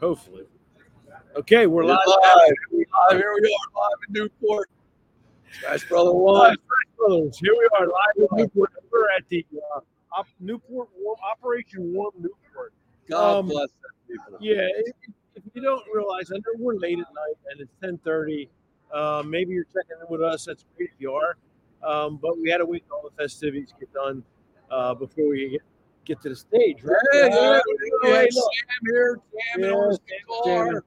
Hopefully. Okay, we're live. We're live. Here we are, live in Newport. Smash Brother Live One. Fresh Brothers. Here we are live in Newport. We're at the uh, Op- Newport Warm Operation Warm Newport. God Um, bless them people. Yeah, if, if you don't realize, I know we're late at night and it's ten thirty. Uh, maybe you're checking in with us. That's great if you are, um, but we had to wait till all the festivities get done uh, before we get, get to the stage. Right? Hey, yeah, we hey, had look. Sam here, jamming Yeah, on his jamming. guitar.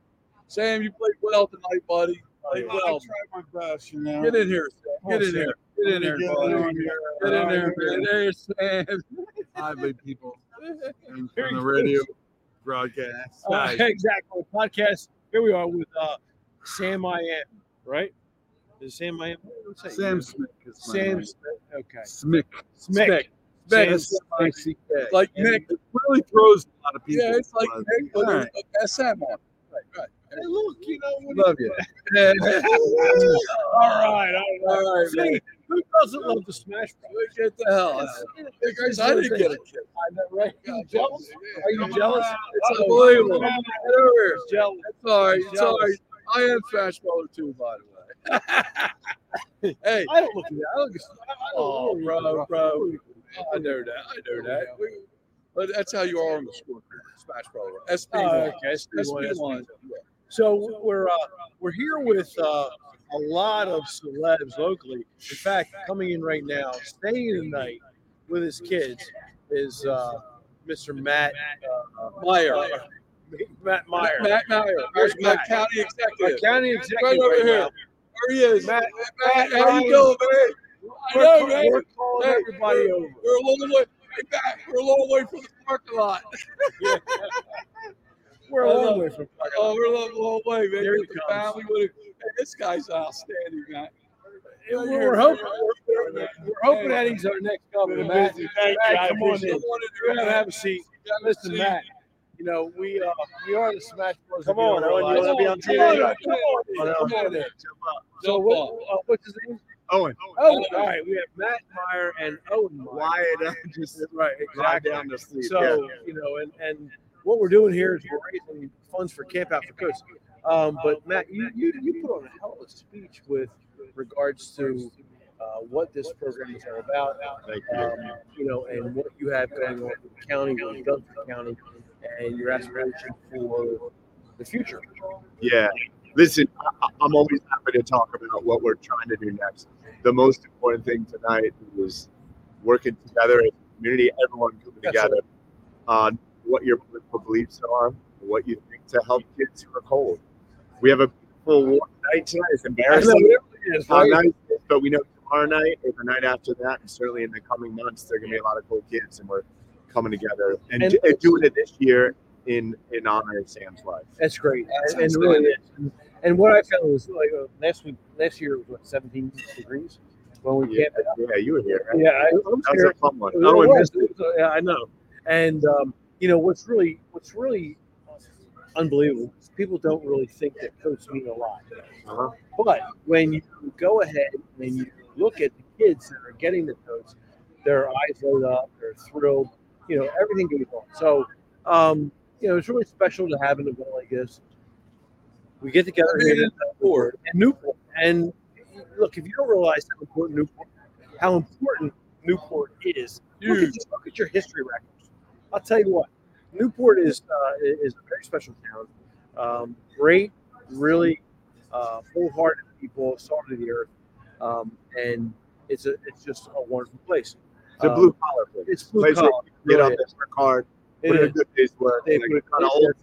Sam, you played well tonight, buddy. Played I well. tried my best, you know. Get in here, Sam. Get in Oh, Sam. here. Get in here, Get buddy. on here. Get in there, Yeah. man. There's Sam. Lively people on Very the good. radio broadcast. Uh, Exactly. Podcast. Here we are with uh, Sam I am, right? Is Sam I am? what's that? Sam Smith. Is my Sam name. Smith. Okay. Smick. Smick. Smick. Sam Smick. SMICK. Like Yeah. Nick. It really throws a lot of people. Yeah, it's like off. Nick, but Alright. it's SM on. it. Right, right. Hey, look, you know. What Love you. all all right. All right. right, man. See, who doesn't love the Smash Bros? Get the hell out. It's- Hey, guys, I didn't get a kiss. I know, right? God, You jealous? yeah. Are you jealous? It's unbelievable. Get Wow. over here. Jealous. It's all right. It's all right. I am fast baller too, by the way. hey, I don't look at that. I look at. oh, Oh, bro, bro. I know that. I know that. We- But that's how you are on the scoreboard. Smash Brawler. Oh, SP1. okay. SB1. SP1. So we're uh, we're here with uh, a lot of celebs locally. In fact, coming in right now, staying the night with his kids is uh, Mr. Matt uh, Meyer. Matt Meyer, Matt Meyer. Here's There's my Matt. county our executive. county executive Right over right here. now. There he is. Matt- Matt, Matt how you doing, man? I We're, know, man. we're calling Hey, everybody over. We're a long way hey, Matt, We're a long way from the parking lot. We're a long way from. Oh, we're a long, long way, man. There he Get the comes. family with it. Hey, this guy's outstanding, man. We're, we're hoping. We're, we're- we're hoping that he's our next governor, Been Matt. busy. Matt, Thank you. I come on appreciate in. Have, have a seat. Listen, Matt. You know we uh, we are the Smash Bros. Come if you on, don't Owen, you realize wanna it. be on Come TV? on, Owen, come on, Come come on. on in. So So what, what? uh, what's his name? Owen, Oh, all right. We have Matt Meyer and Owen Meyer. Wyatt uh, just Right, right exactly. down the street. So you know, and and what we're doing here is we're raising funds for Camp Out for Coast. Um, but Matt, you, you you put on a hell of a speech with regards to uh, what this program is all about. Thank Um, you know, and what you have going on in the county, what you've done for the county, and your aspiration for the future. Yeah. Listen, I- I- I'm always happy to talk about what we're trying to do next. The most important thing tonight was working together as a community, everyone coming That's together on what your political beliefs are, what you think to help kids who are cold. We have a full war night tonight. It's embarrassing. how nice it is, but we know tomorrow night or the night after that, and certainly in the coming months, there are going to be a lot of cool kids, and we're coming together and, And- do- and doing it this year in in honor of Sam's life. That's great. That's and, and really, is. And- and what I found was like uh, last week, last year it was what 17 degrees when we Yeah, camped out. yeah, you were here. Right? Yeah, I, I that was a fun one. It Oh, and was. this- It was, yeah, I know. And um, you know what's really what's really unbelievable is people don't really think that coats mean a lot. uh-huh. But when you go ahead and you look at the kids that are getting the coats, their eyes light up, they're thrilled, you know, everything goes on. So, um, you know, it's really special to have an event like this. We get together I mean, here in Ford. Newport. And look, if you don't realize how important Newport, how important Newport is, look at, Huge. look at your history records. I'll tell you what, Newport is uh, is a very special town. Um, great, really uh, wholehearted people, salt of the earth, um, and it's a it's just a wonderful place. The Um, blue collar place. it's blue place where collar. you Get really on this card. It Put in a is. good day's work. They like, put it- kind of old,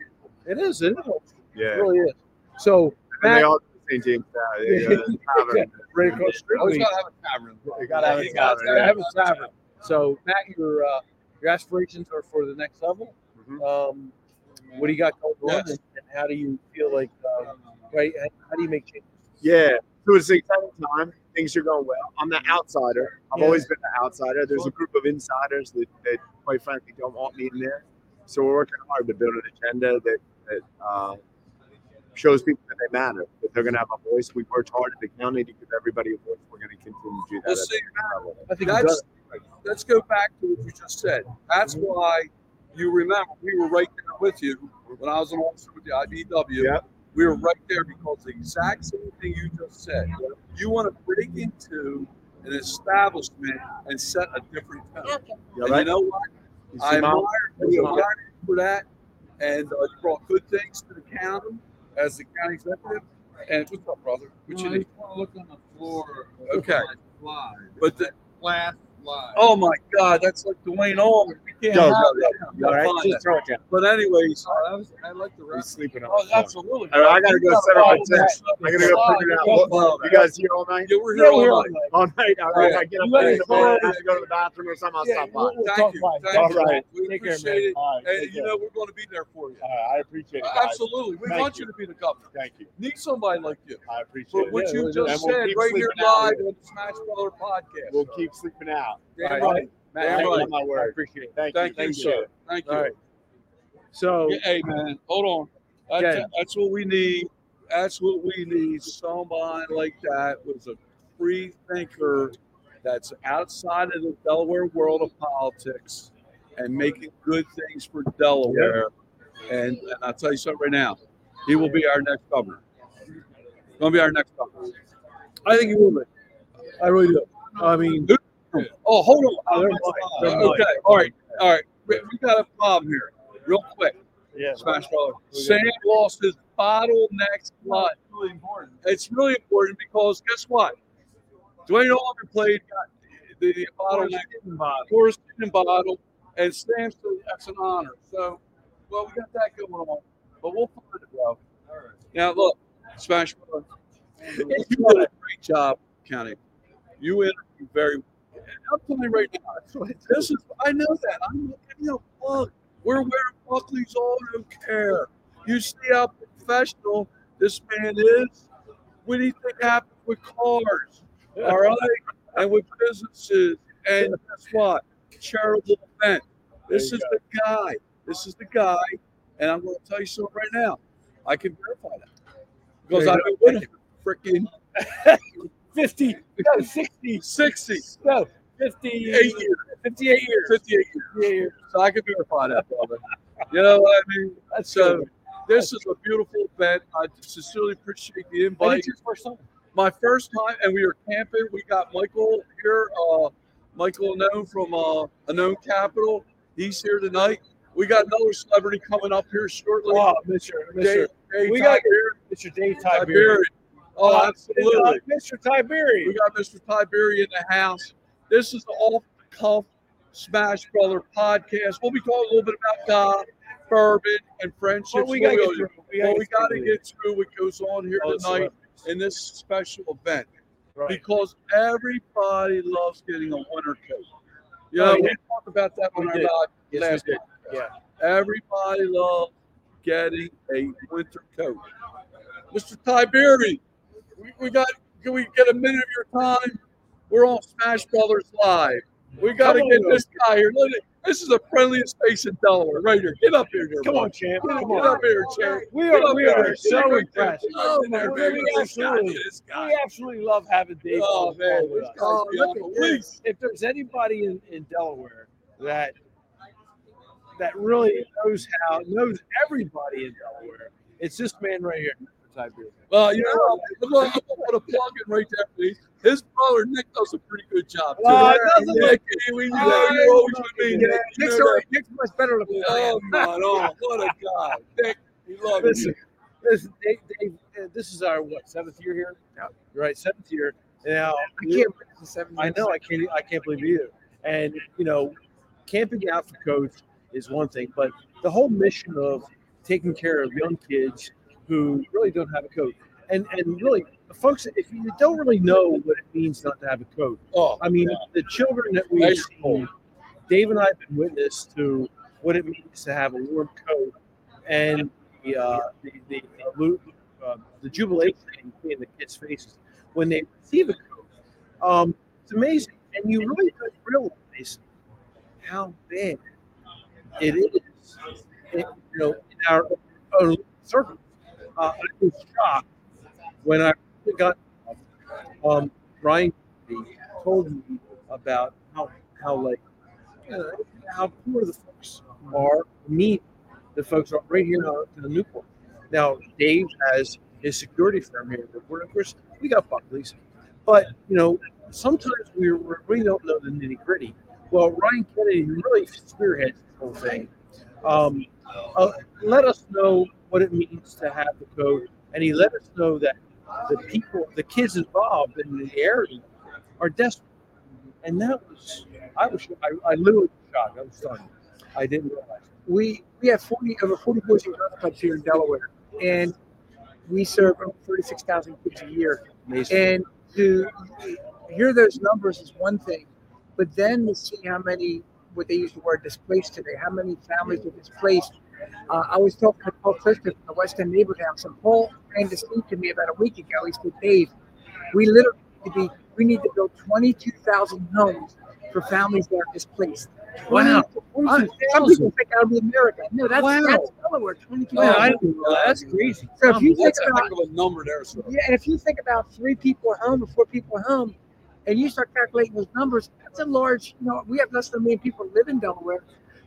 It is. It is. It yeah. really is. So And they Matt, all do the same thing. Yeah, yeah, yeah. Yeah. right across the street. Always gotta have a tavern. You gotta have a You gotta tavern, Yeah, yeah. have a tavern. So Matt, your uh, your aspirations are for the next level. Mhm. Um, what do you got going on, Yes. and and how do you feel like? Um, right, and how do you make changes? Yeah. So it's an exciting time. Things are going well. I'm the outsider. I've Yeah. always been the outsider. There's a group of insiders that, that quite frankly don't want me in there. So we're working hard to build an agenda that, that uh, shows people that they matter, that they're going to have a voice. We've worked hard at the county to give everybody a voice. We're going to continue to do Well, that. at see, the level. I think you That's, got let's go back to what you just said. That's why you remember we were right there with you when I was an officer with the IBW. Yep. We were right there because the exact same thing you just said. You want to break into an establishment and set a different tone. You're And right. you know what? You see, I admire, Mom? you, admire you for that, and uh, you brought good things to the county as the county executive. And what's up, brother? What you need? want to look on the floor. Okay. Fly. But the, Flat fly. oh my God, that's like Dwayne Allman. We can't Go, have go, that. You all right? Fine. Just throw it down. But anyways, I, was, I like the He's rest. sleeping on oh, the floor. absolutely. All right, I gotta go set up my tent. I gotta go Fly, figure it out. you What- love You that. guys here all night? You were Yeah, here we're all here night. All night. All right. I get up You guys in the morning. I are- have to go to the bathroom or something. I'll Yeah, stop by. we'll Thank talk you. about it. Thank you. All right. We Take care, appreciate it. All right. And take you care. know, we're going to be there for you. All right, I appreciate it. guys. Absolutely. We Thank want you. you to be the governor. Thank you. Need somebody like you. I appreciate But it. what you yeah, just and we'll said keep right here sleeping out. live on Smash Brother Podcast. We'll keep sleeping out. Damn All right. Matt, Damn thank you right. on my I word. appreciate it. Thank, Thank you. you, sir. Thank All you. right. So Yeah, Hey, man, hold on. That's, Okay. that's what we need. That's what we need. Somebody like that was a free thinker that's outside of the Delaware world of politics and making good things for Delaware. And, and I'll tell you something right now, he will be our next governor. Going to be our next governor. I think you will. Be. I really do. I mean, Oh, hold on. Oh, they're Uh, live. They're okay. All right. All right. We, we got a problem here, real quick. Yeah. Smash Brother. Sam lost his bottleneck slot. really important. It's really important because guess what? Dwayne Allman played the, the bottleneck Horace Cannon bottle, and Sam said that's an honor. So, well, we got that going on, but we'll find it, bro. Now, look, Smash Brother, you did a great job, County. You interviewed very well. And I'm telling you right now, this is, I know that. I'm looking at plug. We're wearing Buckley's Auto Care. You see how professional this man is. What do you think happened with cars? All right. and with businesses. And guess what? Charitable event. This There is you the guy. This is the guy. And I'm going to tell you something right now. I can verify that. Because There I've you been with him freaking 50, no, 60, 60, no, 50, 8 years, 58 years. 58 58 years. years. So I can verify that, brother. You know what I mean? That's So- good. This is a beautiful event. I sincerely appreciate the And invite. it's your first time. my first time, and we were camping. We got Michael here, uh, Michael Known from uh, Unknown Capital. He's here tonight. We got another celebrity coming up here shortly. Wow, Mr. Jay- Mr. Jay We got- Tiber- Mr. Dave Tiberian. Tiberian. Oh, absolutely. Mr. Tiberian. We got Mr. Tiberian in the house. This is the off the cuff Smash Brother podcast. We'll be talking a little bit about God, bourbon, and friendships. But we What got to we get owe you. through. Well, we got through to this. get through what goes on here Oh, it's tonight celebrities. in this special event Right. because everybody loves getting a winter coat. You Oh, know, yeah. we talked about that on We our did. live Yes, we last did. podcast. Everybody loves getting a winter coat. Mr. Tiberi, we, we got can we get a minute of your time? We're on Smash Brothers Live. We gotta Come on, get Will. this guy here. Look at- This is the friendliest face in Delaware. Right here. Get up here, dear Come boy. on, champ. Get Come up on. here, champ. We Get are, up we here. are so Right impressed. there. Oh, my We're goodness. really This guy, absolutely- this guy. We absolutely love having Dave. Oh, on the man. phone with This us. guy's Oh, look beyond at belief. this. If there's anybody in, in Delaware that that really knows how knows everybody in Delaware, it's this man right here. Mr. Tiberian. Well, you know, I'm gonna, I'm gonna put a plug in right there, please. His brother Nick does a pretty good job. too. Oh, doesn't Nick, hey, we, you know, you always with me. Nick. You know Oh, that. Nick's much better than Oh my God, what a guy, Nick. We love you. Listen, listen Dave, Dave, uh, this is our what seventh year here? Yep. Right, seventh year. Now I can't believe it's the seven I know. I can't. e, I can't believe it either. And you know, camping out for coach is one thing, but the whole mission of taking care of young kids who really don't have a coach, and and really, folks, if you don't really know what it means not to have a coach, Oh, I mean, the children that we Nice. see, Dave and I have been witness to what it means to have a warm coat and the uh, the the, the, lu- uh, the jubilation in the kids' faces when they receive a coat. Um, it's amazing, and you really don't realize how bad it is. in- you know, in our own circle, uh, I was shocked when I got um, Ryan told me about how how like you know, how poor the folks are, meet the folks are right here on the Newport. Now, Dave has his security firm here in Newport. Of course, we got Buckley's, but you know, sometimes we we really don't know the nitty gritty. Well, Ryan Kennedy really spearheads the whole thing. Um, uh, let us know what it means to have the code, and he let us know that the people, the kids involved in the area, are desperate. And that was, I was, I, I literally was shocked. I was stunned. I didn't realize. We we have 40 over 40 Boys and Girls Clubs here in Delaware, and we serve over 36,000 kids a year. Amazing. And to hear those numbers is one thing, but then to see how many, what they use the word displaced today, how many families are displaced. Uh, I was talking to Paul Clifton from the West End Neighbor House, and Paul ran to speak to me about a week ago. He said, Dave, we literally need to, be, we need to build 22,000 homes for families that are displaced. Wow. Uh, Some people think that'll be America. No, that's, Wow. that's Delaware, 22,000. oh, Wow, I didn't know that. That's crazy. So if you think That's a about heck of a number there, sir. yeah, and if you think about three people at home or four people at home, and you start calculating those numbers, that's a large. You know, we have less than a million people live in Delaware,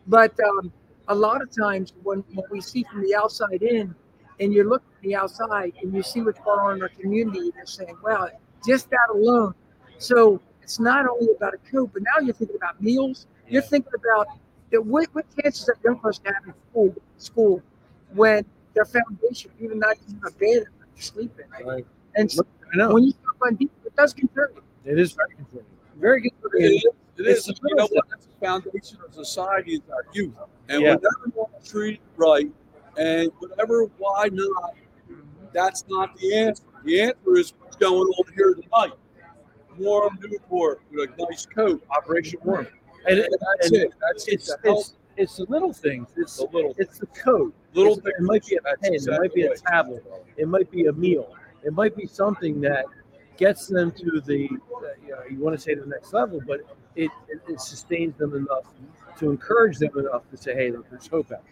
but um, a lot of times when, when we see from the outside in, and you're looking from the outside and you see what's going on in our community, they're saying, "Wow, just that alone." So it's not only about a coop, but now you're thinking about meals. You're thinking about that. What, what chances that young person have in school, school when their foundation, even not even a bed, to sleep in. Right. And so I know. when you start going deep, it does contribute. It is very concerning. Very It concerning. is. It is. It's You know what? That's the foundation of society is our youth. And Yeah. whenever not treated right, and whatever, why not, that's not the answer. The answer is what's going on here tonight. Warm Newport with a nice coat. Operation Warm. And, it- That's and it. That's it. it's, The health, it's, it's the little things. It's the little, it's the code. little It's- bit. it might be a That's pen. It exactly might be a right. tablet. It might be a meal. It might be something that gets them to the uh, you, know, you want to say the next level, but it, it, it sustains them enough to encourage them enough to say, "Hey, look, there's hope out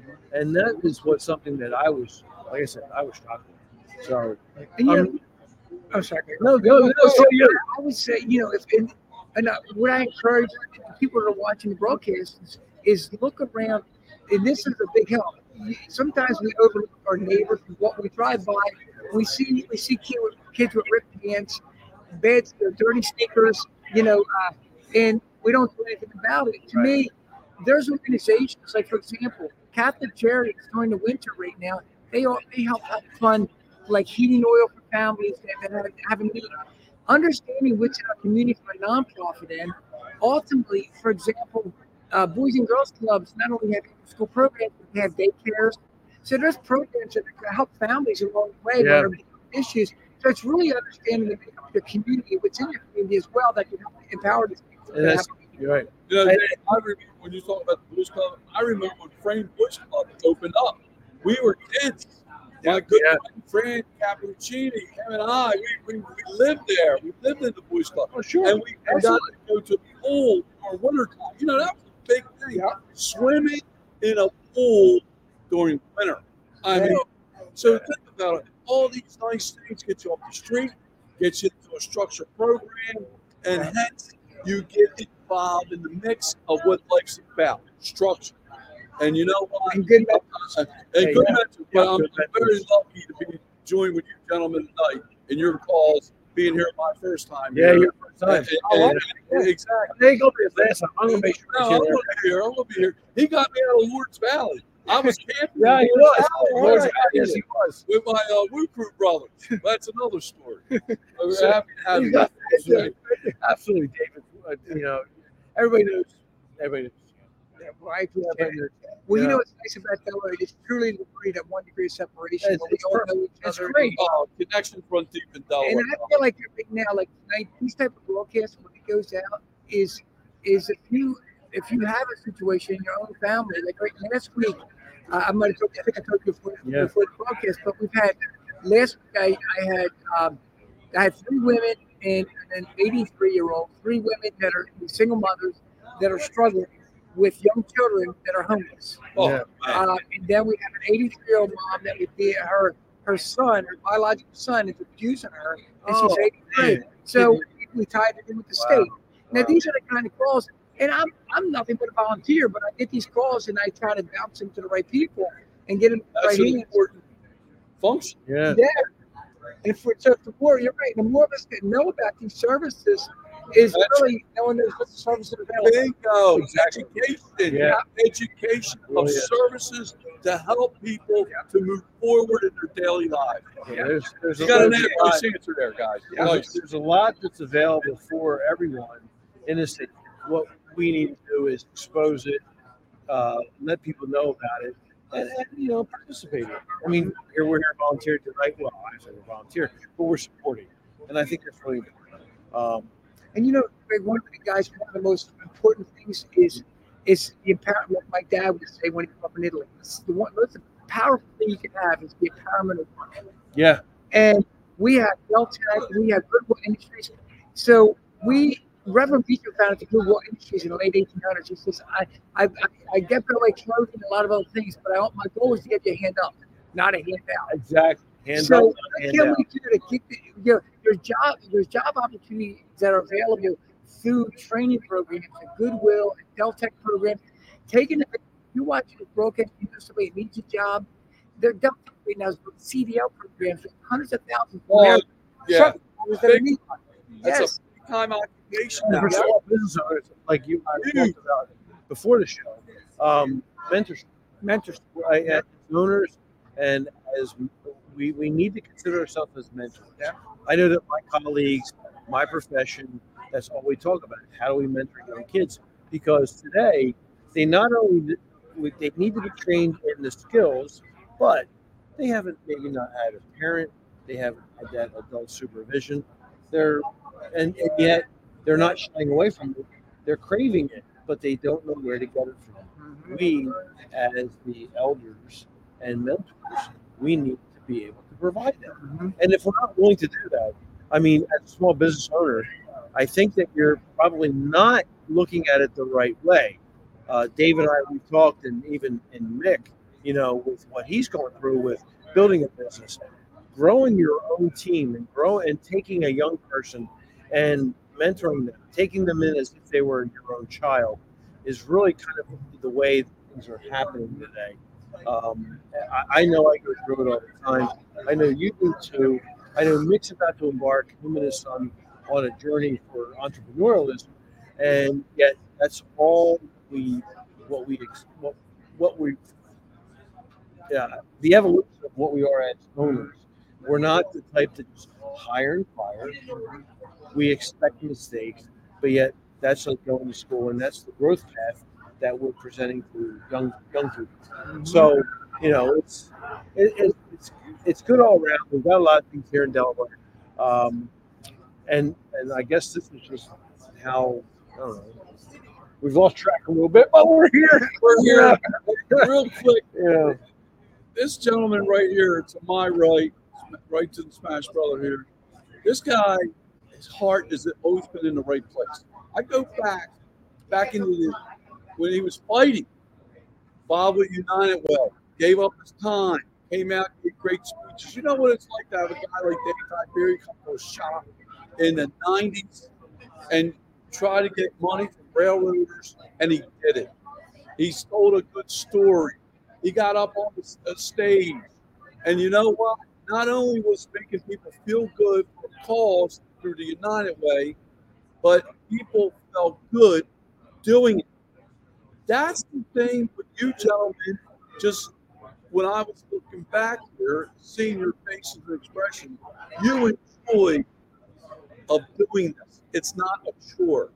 there." And that is what something that I was, like I said, I was shocked. With. So And you um, know, I'm sorry. Gary. no, go, no, Oh, go you. I would say, you know, if and, and uh, what I encourage the people that are watching the broadcast is, is look around, and this is a big help. Sometimes we overlook our neighbors, what we drive by. We see we see kids with, kids with ripped pants, beds, their dirty sneakers, you know, uh, and we don't do anything about it. To me, there's organizations like, for example, Catholic Charities during the winter right now. They all, they help out fund like heating oil for families that, that have, have a need understanding what's in our community from a nonprofit end. Ultimately, for example, uh, Boys and Girls Clubs not only have school programs, but they have daycares. So there's programs that help families along the way Yeah. that are big issues. So it's really understanding the, the community, what's in your community as well, that can help empower these people. And to that's- have- You're right. You know, I- Dave, I remember when you talk about the Blues Club. I remember when Frame Bush Club opened up. We were kids. My good Yeah. friend Cappuccini, him and I, we, we, we lived there. We lived in the Blues Club. Oh, sure. And we got to go to the pool or winter time. You know, that was a big thing. Swimming in a pool during winter. I mean, so think about it. All these nice things get you off the street, get you into a structured program, and hence you get involved in the mix of what life's about structure. And you know what? And good And good yeah. mentor, but Yeah, I'm good mentor. very lucky to be joined with you gentlemen tonight and your calls, being here my first time. Yeah, here. your first time. And- Oh, and- and- Exactly. They ain't gonna be his last time. I'm gonna make sure. No, he's I'm here. gonna be here. I'm gonna be here. He got me out of Lord's Valley. I was camping. Yeah, in he was. Valley, Lord's Valley, right? yes, he was. With my uh, Woo Crew brother. That's another story. We're happy to have He's you. got- That's right. Absolutely, David. Uh, You know, everybody knows. Everybody Yeah, right. knows. Everybody knows. Well, you Yeah. know what's nice about Delaware? It's truly the degree that one degree of separation. It's- but we it's all know each That's other. great. Oh, connections run deep in And Delaware. Uh, I feel like right now, like tonight, these type of broadcasts when it goes out is is if you if you have a situation in your own family, like right last week, uh, I might have told you, I think I told you before, Yeah. before the broadcast, but we've had last week I, I had um, I had three women and an 83 year old, three women that are single mothers that are struggling with young children that are homeless. Oh, Yeah. man. Uh, and then we have an 83 year old mom that would be her her son, her biological son, is abusing her, and Oh, she's 83. man. So we tied it in with the Wow. state. Now these are the kind of calls. And I'm I'm nothing but a volunteer, but I get these calls and I try to bounce them to the right people and get them to the That's right an hands. important function. Yeah. Yeah. And if we're just the more, you're right. The more of us that know about these services is That's- really knowing those what the services are available. Bingo. Exactly. Education. Yeah. Oh, Education of Really is. services to help people to move forward in their daily lives. Yeah, there's, there's You got an there's adequate answer there, guys. Yeah, there's, there's a lot that's available for everyone in the city. What we need to do is expose it, uh, let people know about it, and, and you know, participate. in it. I mean, here we're here volunteer tonight. Well, I said we're volunteer, but we're supporting, and I think that's really important. Um, And you know, Greg, one of the guys, one of the most important things is is the empowerment. What my dad would say when he was up in Italy. It's the one most powerful thing you can have is the empowerment of women. yeah, and we have Deltec, we have Goodwill Industries. So we, Reverend Beecher founded the Goodwill Industries in the late 1800s. He says, I, I, I, I get away clothing and a lot of other things, but I want, my goal is to get you a hand up, not a hand down. exactly. Hand so up, not what hand can out. we do to get the, your, your job, your job opportunities that are available through training programs, and Goodwill and Deltec programs, taking the, you watch this broadcast, you know somebody who needs a job, they're Deltec right now is doing CDL programs with hundreds of thousands of Well, Americans yeah. was gonna Big- need one. That's Yes. a time occupation. And now. for small business owners, like you and I talked about before the show, um, mentorship, mentorship, right? As owners, and as we, we need to consider ourselves as mentors. I know that my colleagues, my profession, that's all we talk about. How do we mentor young kids? Because today, they not only they need to be trained in the skills, but they haven't maybe not had a parent, they haven't had that adult supervision. They're and, and yet they're not shying away from it. They're craving it, but they don't know where to get it from. We, as the elders and mentors, we need to be able to provide that. And if we're not willing to do that, I mean, as a small business owner, I think that you're probably not looking at it the right way. Uh, Dave and I, we talked, and even and Mick, you know, with what he's going through with building a business, growing your own team, and grow and taking a young person and mentoring them, taking them in as if they were your own child, is really kind of the way things are happening today. Um, I, I know I go through it all the time. I know you do too. I know Mick's about to embark him and his son on a journey for entrepreneurialism, and yet that's all we what we ex- what, what we yeah the evolution of what we are as owners. We're not the type to just hire and fire. We expect mistakes, but yet that's like going to school, and that's the growth path that we're presenting to young young Mm-hmm. people. So you know it's it, it, it's it's good all around. We've got a lot of things here in Delaware, um, and and I guess this is just how I don't know. We've lost track a little bit, but we're here. We're here real quick. Yeah. this gentleman right here to my right, right to the Smash Brother here, this guy, his heart has always been in the right place. I go back, back into the, when he was fighting, Bob with United Well, gave up his time, came out, gave great speeches. You know what it's like to have a guy like Dave Tiberi come to a shop in the 90s and try to get money from railroaders, and he did it. He told a good story. He got up on the s- uh, stage, and you know what? Not only was making people feel good for a cause through the United Way, but people felt good doing it. That's the thing with you gentlemen. Just when I was looking back here, seeing your faces and expression, you enjoy of doing this. It's not a chore,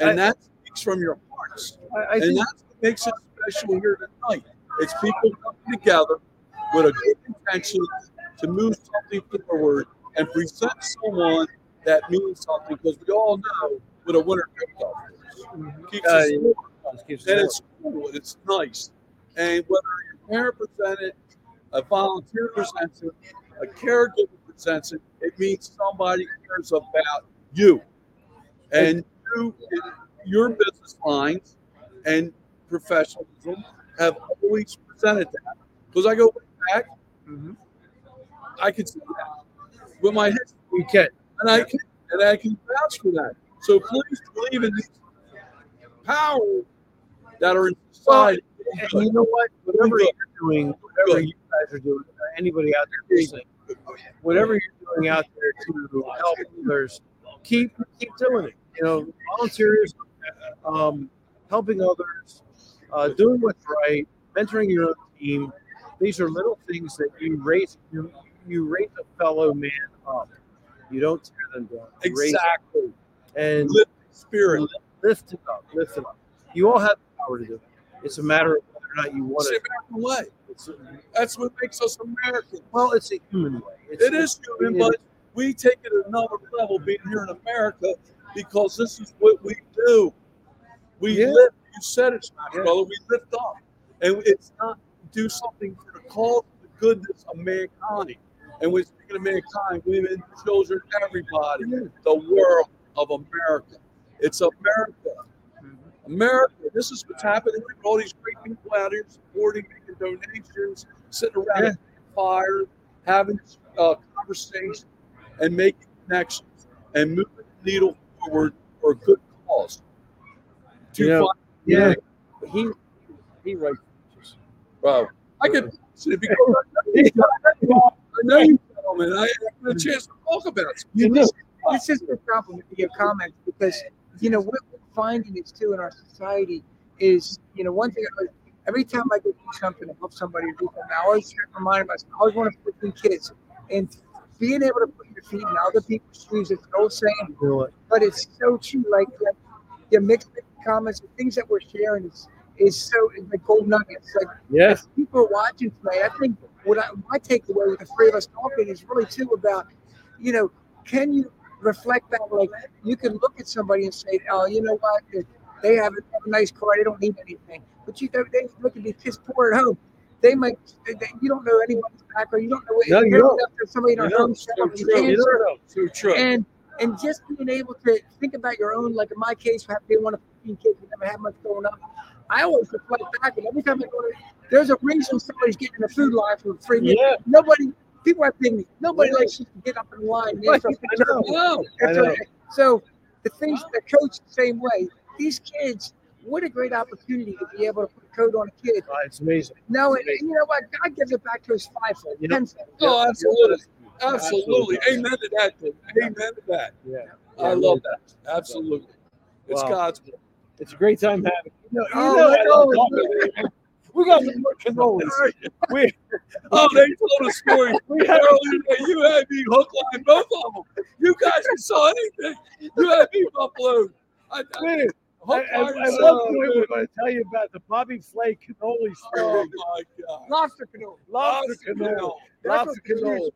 I- and that speaks from your hearts I, I and think that's what makes it special here tonight. It's people coming together with a good intention to move something forward and present someone that means something because we all know what a winner comes out. Keeps Uh, us warm, gives and it's cool and it's nice. And whether your parent presented, a volunteer presents it, a caregiver presents it, it means somebody cares about you and you, your business lines and professionalism have always presented that. Because I go back, I can see that with my history, you can and I can and I can vouch for that. So please believe in these power that are inside. And you know what? Whatever you're doing, whatever you guys are doing, uh, anybody out there listening, whatever you're doing out there to help others, keep keep doing it. You know, volunteers, um, helping others, uh, doing what's right, mentoring your own team. These are little things that you raise you, you raise a fellow man up. You don't tear them down. You raise them Exactly. and Lift the spirit. lift it up, lift it up. You all have the power to do it. It's a matter of whether or not you want It's the it. American way. It's, That's what makes us American. well, it's a human way. It's, It is human, but we take it another level being here in America because this is what we do. We Yeah. lift. You said it, Smash Yeah. Brother. We lift up, and it's not do something for the cause, the goodness of mankind. And we're speaking of mankind, women, children, everybody, the world of America. It's America. Mm-hmm. America. This is what's happening. Look at all these great people out here supporting, making donations, sitting around Yeah. a fire, having uh, conversations, and making connections, and moving the needle forward for a good cause. To You know, find, yeah. He he writes. bro, I could see it because I know- I know you gentlemen. I had a chance to talk about it. You just, this is the problem with your comments because you know what we're finding is too in our society is you know one thing. I- Every time I go do something to help somebody, do something, I always remind myself. I always want to put in kids and being able to put your feet in other people's shoes. It's an old saying, but it's so true. Like like the mixed comments, the things that we're sharing is is so it's like gold nuggets. Like Yes. people are watching today. I think what I, my takeaway with the three of us talking is really too about, you know, can you reflect back? Like you can look at somebody and say, oh, you know what, they- they have a, have a nice car, they don't need anything. But you know, they look at be piss poor at home. They might, they, they- you don't know anybody's background. You don't know. No, you they don't. know if somebody in You our don't. home So you true. can't So true. and and just being able to think about your own, like in my case, having been one of 15 kids who never had much growing up, I always reflect back, and every time I go, to, there's a reason somebody's getting in the food line for three minutes. Yeah. Nobody, people have things. Nobody likes you to get up in line. and Right, answer I a know. question. oh, I That's know. right. So the things the coach the same way. These kids, what a great opportunity to be able to put a coat on a kid. Uh, it's amazing. No, and, and you know what? God gives it back to his fivefold, You know- tenfold. Oh, absolutely. Absolutely. Absolutely. Amen to that. dude. Amen to that. Yeah. I love that. Absolutely. It's Wow. God's will. It's a great time having. You know, Oh, you know, my I God. love it. we got some more cannolis. We Oh, they told a story earlier that you had me hook, line, both of them. You guys saw anything. You had me buffalo. I, I, did. I, hook, I, line, I and love sinker. doing it, but I tell you about the Bobby Flay cannoli Oh story. my God. Lobster canoe. Lobster cannoli. cannoli. Lobster cannoli.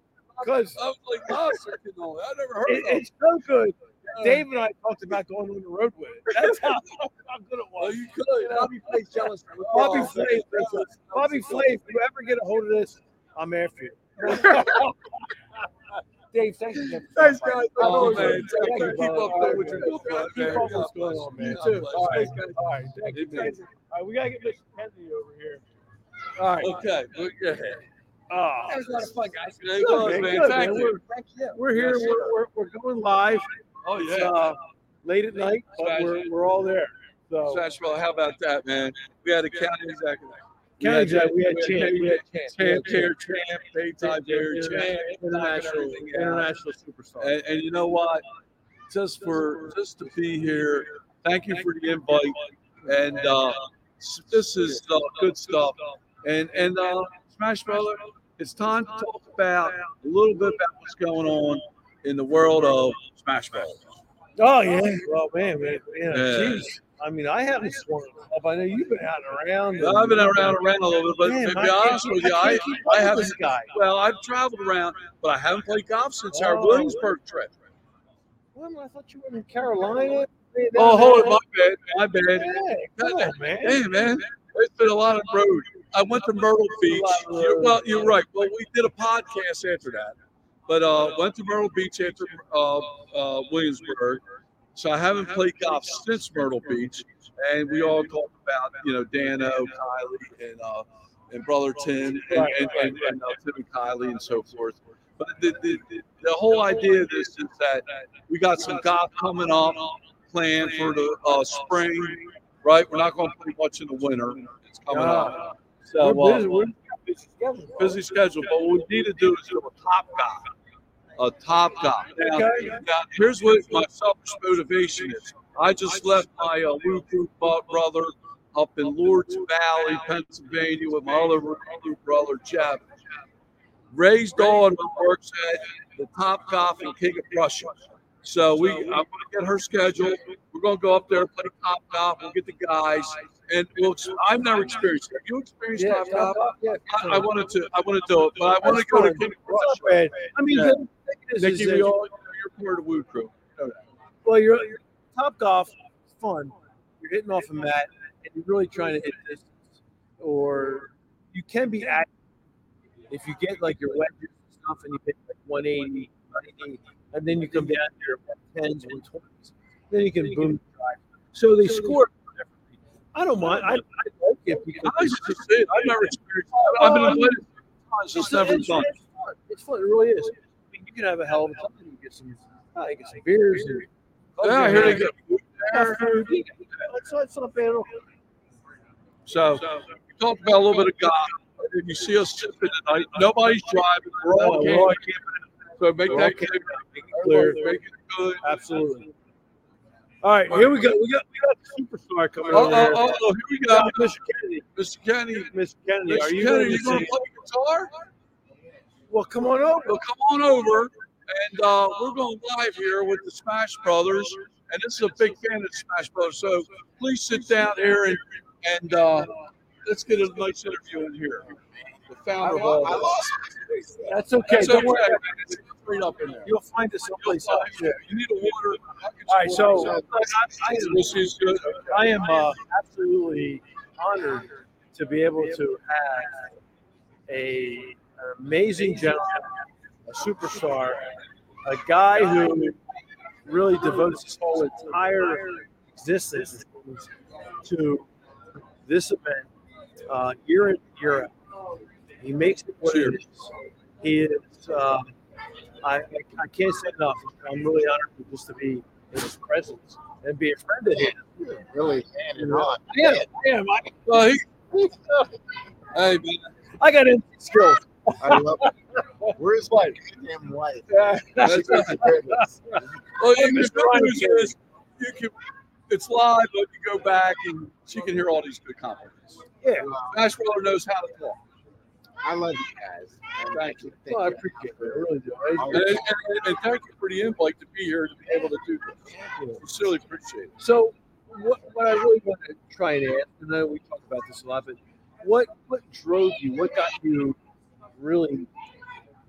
Because I was like, lobster cannoli. I never heard It, of it. it's so good. Dave and I talked about going on the road with it. That's how, how good it Well, was. you could. Bobby plays jealous. Bobby Oh, Flay, that's- that's- Bobby Flay, if you ever get a hold of this, I'm after you. Dave, thank you. Thanks, guys. Oh, Thank man. you, Keep brother. up there with your Keep good work, man. up what's going on, man. You too. All right, all right. Thank you. Amen. All right, we gotta get Mr. Kennedy over here. All right. Okay. well, Yeah. Ah. That was a lot of fun, guys. Yeah, it was, man, man. good, Thank man. you. Thank you. We're here. We're, we're, we're going live. Oh, It's, yeah. uh, late at night, but we're, we're all there. So, Sashville, how about that, man? We had a county executive. County exec, we had Champ, we had Champ, Champ, Chair Champ, Daytime Chair Champ, international, everything, yeah. international superstar. and, and you know what? Just for, just to be here, thank you for the invite, and, uh, s- this is, uh, good stuff. And, and, uh, Smash Brother, it's time to talk about, a little bit about what's going on in the world of Smash Brother. Oh yeah. Well, man, man, man Yeah. geez. I mean, I haven't swung up. I know you've been out and around. Now, I've been around, around a little bit, but Damn, to I be can't honest keep- with I you, I, can't keep I up with haven't this guy. Well, I've traveled around, but I haven't played golf since our Oh. Williamsburg trip. Well, I thought you were in Carolina. Oh, hold it, my bad, my Yeah, bad. come on, man. Hey, man, it's been a lot of road. I went to Myrtle Beach. You're, well, you're right. Well, we did a podcast after that, but uh, went to Myrtle Beach after uh, uh, Williamsburg. So I haven't played golf since Myrtle Beach, and we all talked about you know Dano, Kylie, and uh, and brother Tim, and and, and, and uh, Tim and Kylie, and so forth. But the, the, the, the whole idea of this is that we got some golf coming up planned for the uh, spring. right? We're not going to play much in the winter. It's coming up. So We're uh, busy- we're- busy schedule. But what we need to do is do a top guy, a top guy. Now, now, here's what my selfish motivation is. I just left my uh, Lou Crew bu- brother up in Lords Valley, Pennsylvania, with my other Lou Crew brother Jeff. Raised on what Mark said, the top golf and king of Prussia. So we, I'm gonna get her schedule. We're gonna go up there, play top golf. We'll get the guys, and we'll. I've never experienced. it. Have you experienced Yeah, top golf? yeah. I, I wanted to. I want to do it, but I want to go to King of Prussia. I mean, Yeah. the thing is, is Nikki, that- we all, you're part of Woo Crew. Well, you're, you're top golf, it's fun. You're hitting off a mat, and you're really trying to hit distance. Or you can be active if you get like your wedges and stuff, and you hit like 180, 180, and then you come down to your tens and twenties. Then you can boom drive. So they score. differently. I don't mind. I, I like it I because was it's just saying, I've never experienced. I've been invited. it's- It's just never it's- done. It's fun. It's fun. It really is. I mean, you can have a hell of a time. You can get some, uh, you get some beers. And, Yeah, I hear they get food there. it's, not- it's not bad at all. So we talked about a little bit of God. If you see us sipping tonight, nobody's driving. We're all No, we're all camping. So make We're all that camping. clear. Clear. Make it good. Absolutely. All right, here we go. We got we got the superstar coming Oh, over oh, here. oh, oh, here we We go. got Mr. Kennedy. Mr. Kenny. Mr. Kennedy, are Mr. you Kenny, going you to going to sing? play guitar? Well, come on over. Well, come on over, and uh, we're going live here with the Smash Brothers, and this is a big fan of Smash Brothers. So please sit down here and and uh, let's get a nice interview in here. The founder of all I this. lost. That's okay. That's Don't worry. okay, man. It's straight up in there. You'll find us You'll someplace find else. it. You need a water. All right, so Water. I, I, This is good. I am uh, absolutely honored to be able to have a, an amazing gentleman, a superstar, a guy who really devotes his whole entire existence to this event uh, year in, year out. He makes it what it is. He is, uh, I, I I can't say enough. I'm really honored just to be in his presence and be a friend of his. Really hand it on. Yeah, yeah. I, Well, Uh, he- hey, man. I got in skills. I love it. Where's my damn wife? She That's doesn't hear this. Well, yeah, the good news is you can. It's live, but you go back and she can hear all these good compliments. Yeah. Smash Brother knows how to talk. I love you guys. And Thank you. Well, Oh, I appreciate it. I really do. I, And, and, and thank you for the invite to be here to be able to do this. Sincerely appreciate it. so, what, what I really want to try and ask, and I know we talk about this a lot, but what what drove you? What got you really,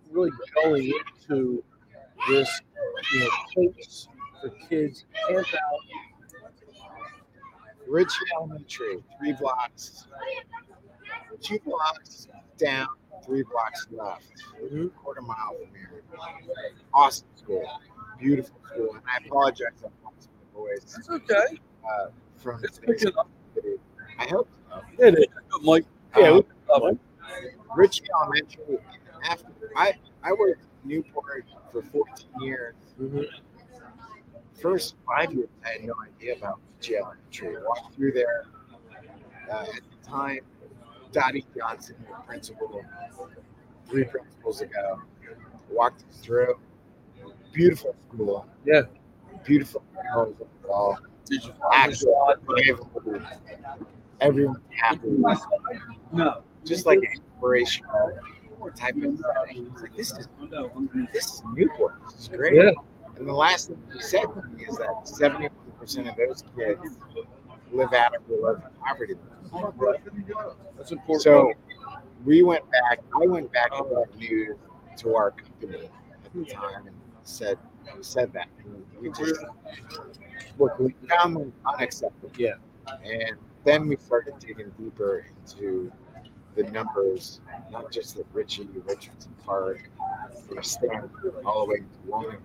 really going into this, you know, place for kids, camp out? Rich Elementary, three blocks, two blocks down, three blocks left, quarter mile from here. Awesome school, beautiful school. And I apologize if I lost my voice It's okay. uh, from It's picking up. video. I hope. It is. Mike. Yeah, we- Um, Rich Elementary. After I, I worked in Newport for 14 years. First five years, I had no idea about Rich Elementary. Walked through there uh, at the time. Dottie Johnson, was principal, three principals ago, walked us through. Beautiful school. Yeah. Beautiful girls involved. did you Actually, everyone's happy No. just like an inspirational type of thing. It's like, this is this is Newport. This is great. Yeah. And the last thing you said to me is that seventy percent of those kids live out of below the poverty line. That's important. So we went back. I went back and got news to our company at the time and said said that And we just look we found them unacceptable. Yeah. And then we started digging deeper into the numbers, not just at Richie, E. Richardson Park, from Stanford all the way to Wilmington,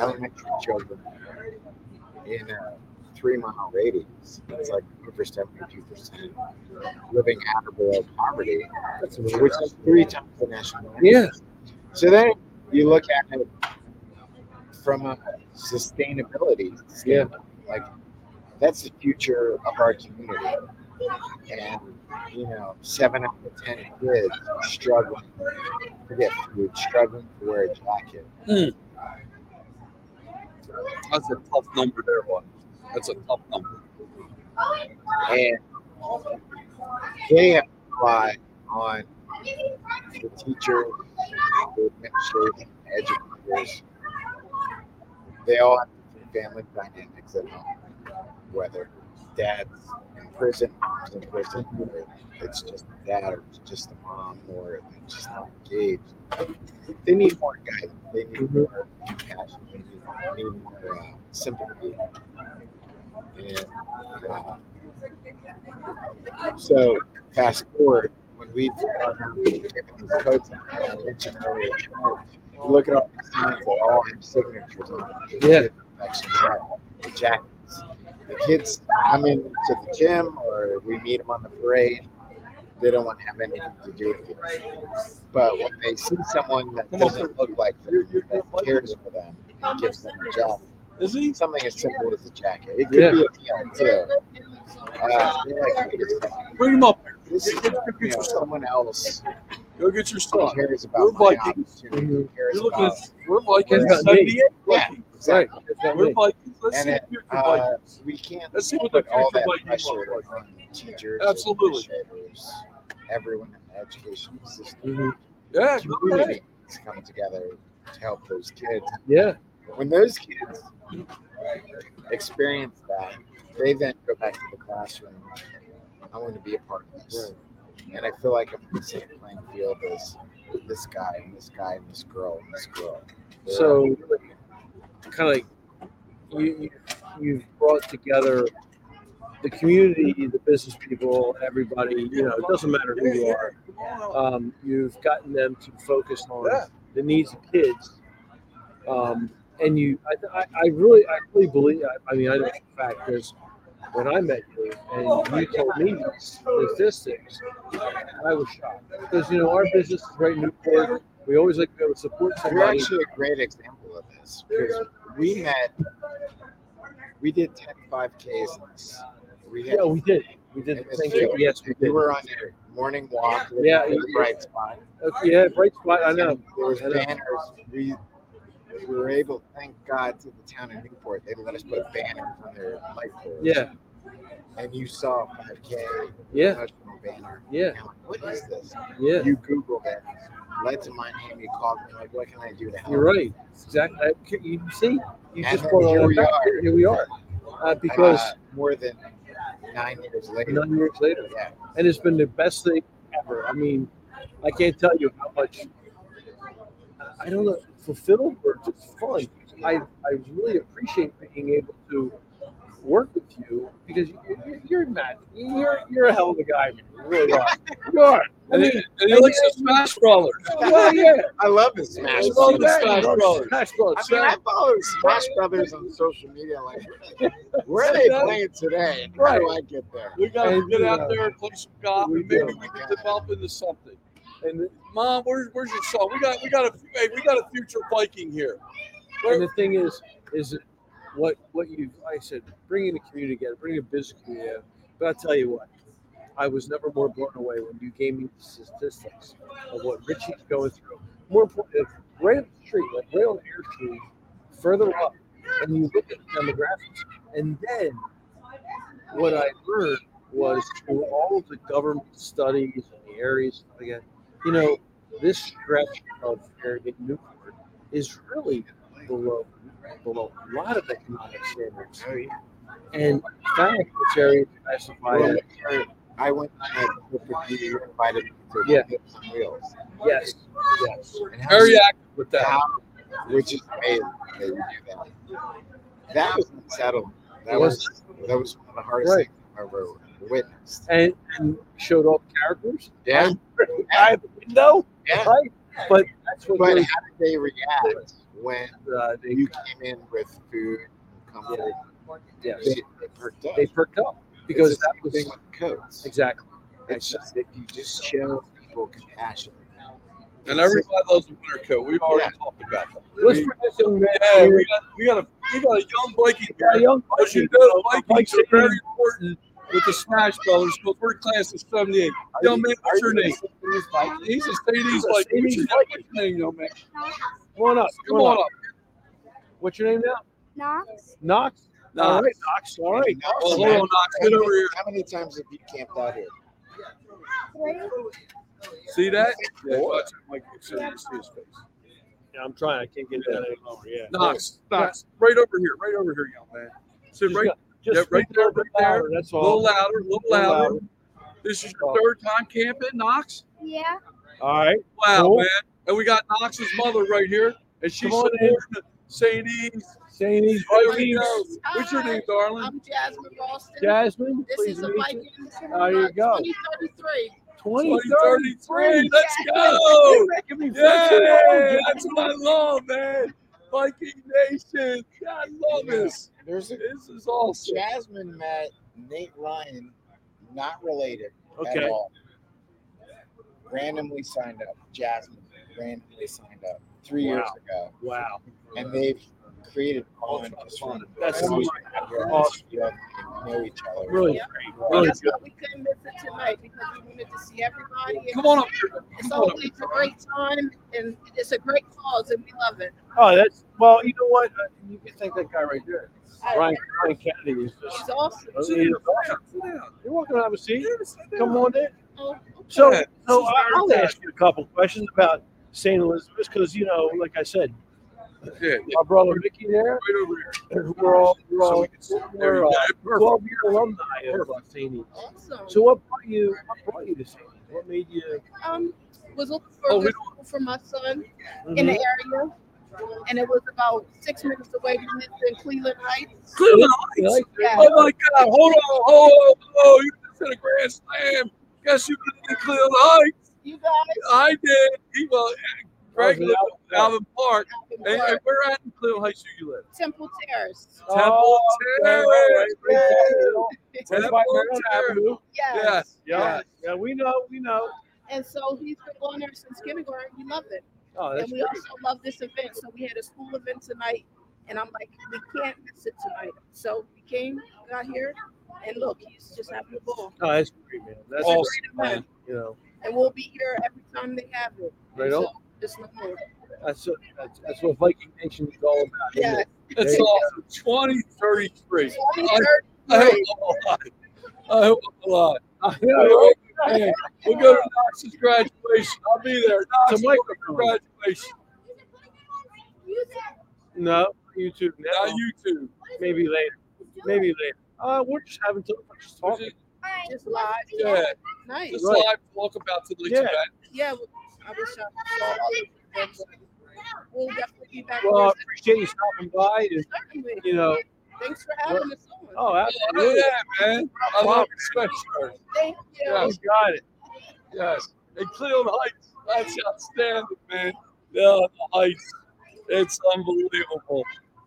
elementary children in a three mile radius. It's like over 72% living at or below poverty, which is three times the national average. Yeah. So then you look at it from a sustainability Yeah. standpoint, like that's the future of our community. And you know, seven out of ten kids are struggling to get food, struggling to wear a jacket. That's a tough number there, one. That's a tough number. And they have to rely on the teachers, the administrators, the educators. They all have different family dynamics at home, whether dad's in prison, mom's in prison, or it's just the dad, or it's just the mom, or it's just not engaged. They need more guidance. They need more compassion. They need, they need more uh, sympathy. And uh, so fast forward when we look at all these signs that all have signatures on them. Yeah. Actually, the jackets. The kids come in to the gym or we meet them on the parade. They don't want to have anything to do with it. But when they see someone that doesn't look like them, that cares for them, and gives them a jacket, Is he? something as simple as a jacket. It could Yeah. be a deal too. Uh, they're like, "Wait a second, Bring him up here. this is you know, someone else Go get your who son. cares We're about my Vikings. opportunity, cares You're looking at, about we're Vikings Yeah. 78. Yeah. Right. exactly. We're Vikings. Let's And see it, if you're uh, Vikings. We can't Let's see what the put all future that Vikings look pressure like. on teachers, Absolutely. administrators, everyone in the education system. Mm-hmm. Yeah, go ahead. Community needs to come together to help those kids. Yeah. When those kids experience that, they then go back to the classroom. I want to be a part of this. And I feel like I'm on the same playing field as this guy and this guy and this girl and this girl. They're So, kind of like you, you, you've brought together the community, the business people, everybody. You know, it doesn't matter who you are. Um, you've gotten them to focus on Yeah. the needs of kids. Um, and you, I, I, I really, I really believe. I, I mean, I know for a fact because when I met you and you told me these statistics, I was shocked because you know our business is right in Newport. We always like to be able to support You're somebody. actually a great example of this because we met, we did 10 5Ks. in this. We had, Yeah, we did. We did. And it's Thank you. true. Yes, we we did. were on a morning walk. with Yeah, the you- bright spot. Okay, yeah, bright spot. I know. And There was I know. banners. We, we were able, thank God, to the town of Newport, they let us put banners on their light poles. Yeah, And you saw a 5K yeah, national banner. yeah, And I'm like, what is this? yeah. You Googled it, led to my name, you called me, like, what can I do to help? You're right. Exactly. I- You see, you And just then brought all here that we back. are. Here we are. Uh, because Uh, more than nine years later. nine years later, Yeah. and it's been the best thing ever. I mean, I can't tell you how much. I- I don't know. Fulfilled or just fun. I I really appreciate being able to work with you because you, you- you're mad. You're you're a hell of a guy. man. You really are. You are. I And mean, he, and he likes the Smash Brawler. well, yeah. I love his Smash Smash all Brothers. the Smash Brothers. Smash Brothers. I mean, I follow Smash Brothers on social media. Like, where are they playing today? How do I get there? We got to And, get uh, out there and play some golf, we and maybe do. we can develop into something. And mom, where's where's your son? We got we got a hey, we got a future Viking here. And the thing is, is that what what you I said bringing the community together, bringing the business community together. But I'll tell you what, I was never more blown away when you gave me the statistics of what Richie's going through. More important, right up the street, like right on Air Street, further up, and you look at the demographics. And then what I learned was through all of the government studies and the areas again, you know, this stretch of area in Newport is really below below a lot of economic standards. And in fact, it's area classified. Well, I went on a trip with you. You invited me to Yeah. Hips and Wheels. Yes, yes. And how- Very active with that. how- which is amazing that you do that. That was unsettling. That was that was one of the hardest Right. things I've ever witnessed. And, and showed off characters. Yeah. I no, Yeah. right? But that's what But goes, how did they react when uh, they, you came in with food, comfort? yes, They, they perked up. they perked up because It's the that same was thing with coats. exactly It's just if you just show people compassion. And everybody loves a winter coat. We've already talked about that. Let's bring this young man Yeah, we got we got a we got a young Viking Yeah, guy. young As you Vikings, know, uh, Vikings are Vikings. very important with the Smash Brothers because we're class of 78. Young man, what's your name? He's a Sadie's like, what's your what's your name, young man? Come on up. Come on up. What's your name now? Knox. Knox. Nah, All right, Knox. All right. well, hold on, Oh, Knox. Get over here. How many times have you camped out here? Three. See that? Yeah, watch it, Mike. So you see his face. Yeah, I'm trying. I can't get that any lower. Yeah. Knox, Knox, right over here, right over here, young man. Sit Just, right, just yeah, right speak a little there, bit right there. louder, That's a little all. louder, a little Little louder. Oh. This is your third time camping, Knox? Yeah. All right. Wow, Cool. man. And we got Knox's mother right here, and she's Come on sitting there saying, "Ease, Sadie, right Vikings, now. What's your name, darling? I'm Jasmine Boston. Jasmine. this please is a meet you. Viking. There you go. 2033. 2033. 2033. Let's Oh. go. Yeah, that's what I love, man. Viking Nation. I love this. There's a This is Oh, awesome. Jasmine met Nate Ryan, not related Okay. at all. Randomly signed up. Jasmine randomly signed up three years ago, Wow. and they've created a bond just from That's from- awesome. you know, know each other. Really Well, Really that's why we couldn't miss it tonight because we wanted to see everybody. and Come on up here. It's Come on up. always a great time and it's a great cause and we love it. Oh, that's well. You know what? Uh, You can thank that guy right there. I- Ryan, Ryan Kennedy is He's just. awesome. He's Sit down, sit down, You're welcome to have a seat. sit down. Come on in. Oh, So, Yeah, so this is I- I'll fantastic. ask you a couple questions about St. Elizabeth's because you know, like I said, Yeah, yeah, my brother Mickey there. right over here. We're all we're So all we can sit there. we're all Yeah, perfect. twelve year alumni of uh, St. Elizabeth's. awesome. So what brought you? What brought you to St. Elizabeth's? What made you? um, was looking for Oh, a we good school for my son Mm-hmm. in the area. And it was about six minutes away. We lived in Cleveland Heights. Cleveland You Heights. like Yeah. Oh my God! Hold on! Oh, oh, you just hit a grand slam. Guess you didn't get Cleveland Heights. You guys. I did. He well, Greg Oh, lived in Alvin Park, I've been and, blessed. and where at in Cleveland Heights do you live? Temple Terrace. Oh, Temple yeah, Terrace. right, right, right. That's Temple by Maryland Terrace. Avenue. Yes. Yes. Yeah, yeah, we know, we know. And so he's been going there since kindergarten. We love it. Oh, that's and we great. also love this event. So we had a school event tonight. And I'm like, we can't miss it tonight. So we came, got here, and look, he's just having a ball. Oh, that's great, man. That's Awesome, great, man. You know, And we'll be here every time they have it. Right And on. So it's no more. that's what, that's, that's what Viking Nation is all about. isn't Yeah. it? That's awesome. Twenty thirty-three. I, I hope Right. I'm alive. I hope I'm alive. I I know, hope, man, we'll go to Knox's graduation. I'll be there. It's Knox's a microphone. graduation. No, uh, YouTube now. Now YouTube. Maybe later. Maybe later. Uh, we're just having some we're just talking. Just live. Yeah, Nice. just Right. live talk about tonight's Yeah. event. Yeah. I wish I saw all of them. but We'll definitely be back. Well, I here appreciate you stopping by. And, Certainly. you know, Thanks for having us on. oh, Oh, absolutely. yeah, man. I love the sweatshirt. Thank you. Yeah. You got it. Yes. And Cleveland Heights, that's outstanding, man. Yeah, the Heights. It's unbelievable.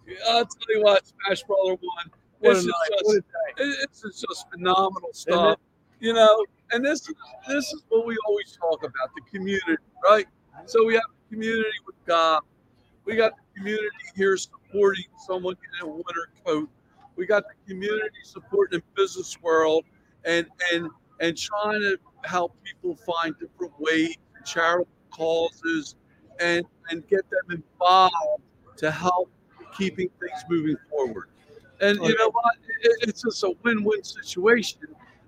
Yeah, I'll tell you what, Smash Brother 1. What This a is, night. What just, a day. it- this is just phenomenal stuff. You know, and this is this is what we always talk about, the community, right? So we have a community with God. We got the community here supporting someone in a winter coat. We got the community supporting the business world and and and trying to help people find different ways, charitable causes, and and get them involved to help keeping things moving forward. And you know what? It, it's just a win-win situation.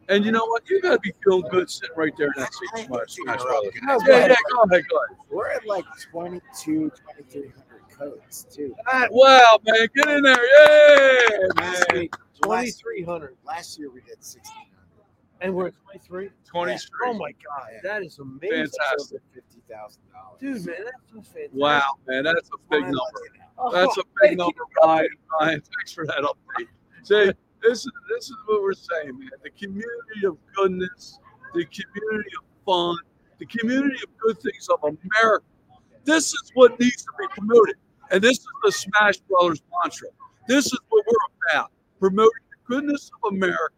And you know what? You gotta be feeling good sitting right there in that seat. I hate Smash- to Smash interrupt. Brothers. Yeah, yeah, go ahead, go ahead. We're at like 22, 2300 coats too. That- Wow, man, get in there. Yeah, Last man. week, last, 2300. last year we did 1600. And we're at 23? 20 Oh, my God. That is amazing. Fantastic. Fifty thousand dollars. Dude, man, that's so fantastic. Wow, man, that's a big number. Oh, That's a big number, Ryan. Ryan, thanks for that update. See, this is this is what we're saying, man. The community of goodness, the community of fun, the community of good things of America. This is what needs to be promoted, and this is the Smash Brothers mantra. This is what we're about: promoting the goodness of America.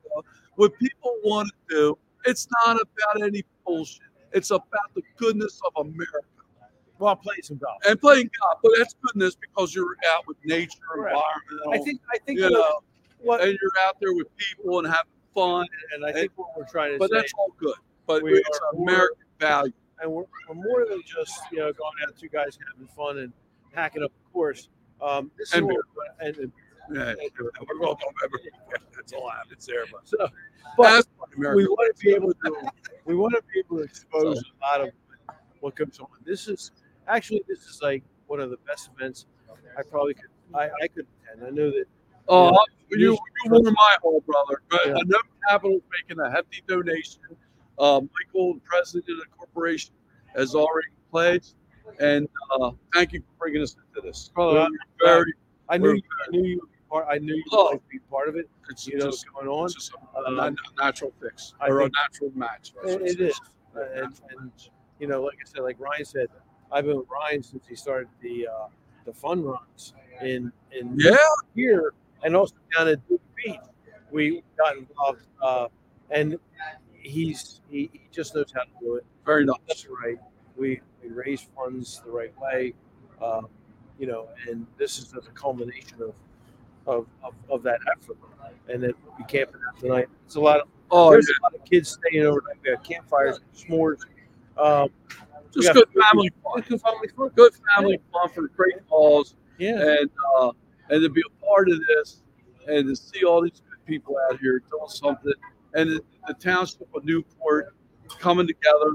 What people want to do. It's not about any bullshit. It's about the goodness of America. Well, playing some golf. and playing golf, but that's goodness because you're out with nature, Correct. environmental, I think I think Oh, you know, what and you're out there with people and having fun. and I think what we're trying to But say that's all good. But We it's are more- American value. and we're, we're more than just you know going out two guys having fun and hacking up the course. Um, this And is what, and, and Yeah, we're all talking about American value. That's all I have. It's there, but, so, but that's what America we want to be able to we want to be able to expose a lot of what goes on. This is actually this is like one of the best events I probably could I, I could attend. I know that Oh, Yeah. you, you warm my heart, brother. But Yeah. I know Capital's making a hefty donation. Uh, Michael, the president of the corporation, has already pledged. And uh, thank you for bringing us into this. Brother, We're I'm- very, I knew you, I knew you would be part I knew you would Oh. like to be part of it. it's You know what's just, going on. it's just a, a Um, natural fix I or think- a natural match. I should It- it say. is. Uh, And, and you know, like I said, like Ryan said, I've been with Ryan since he started the uh, the fun runs in in Yeah, here and also down at Duke Beach. We got involved, uh, and he's he, he just knows how to do it. very nice. That's right. We we raise funds the right way, um, you know, and this is the culmination of of, of, of that effort. And then we'll be camping out tonight. It's a lot of Oh, there's yeah. a lot of kids staying overnight. We have campfires, s'mores. Um, we just got good food. family fun. good family fun. Good family fun for great cause. Yeah. and uh, and to be a part of this and to see all these good people out here doing something and the, the township of Newport coming together,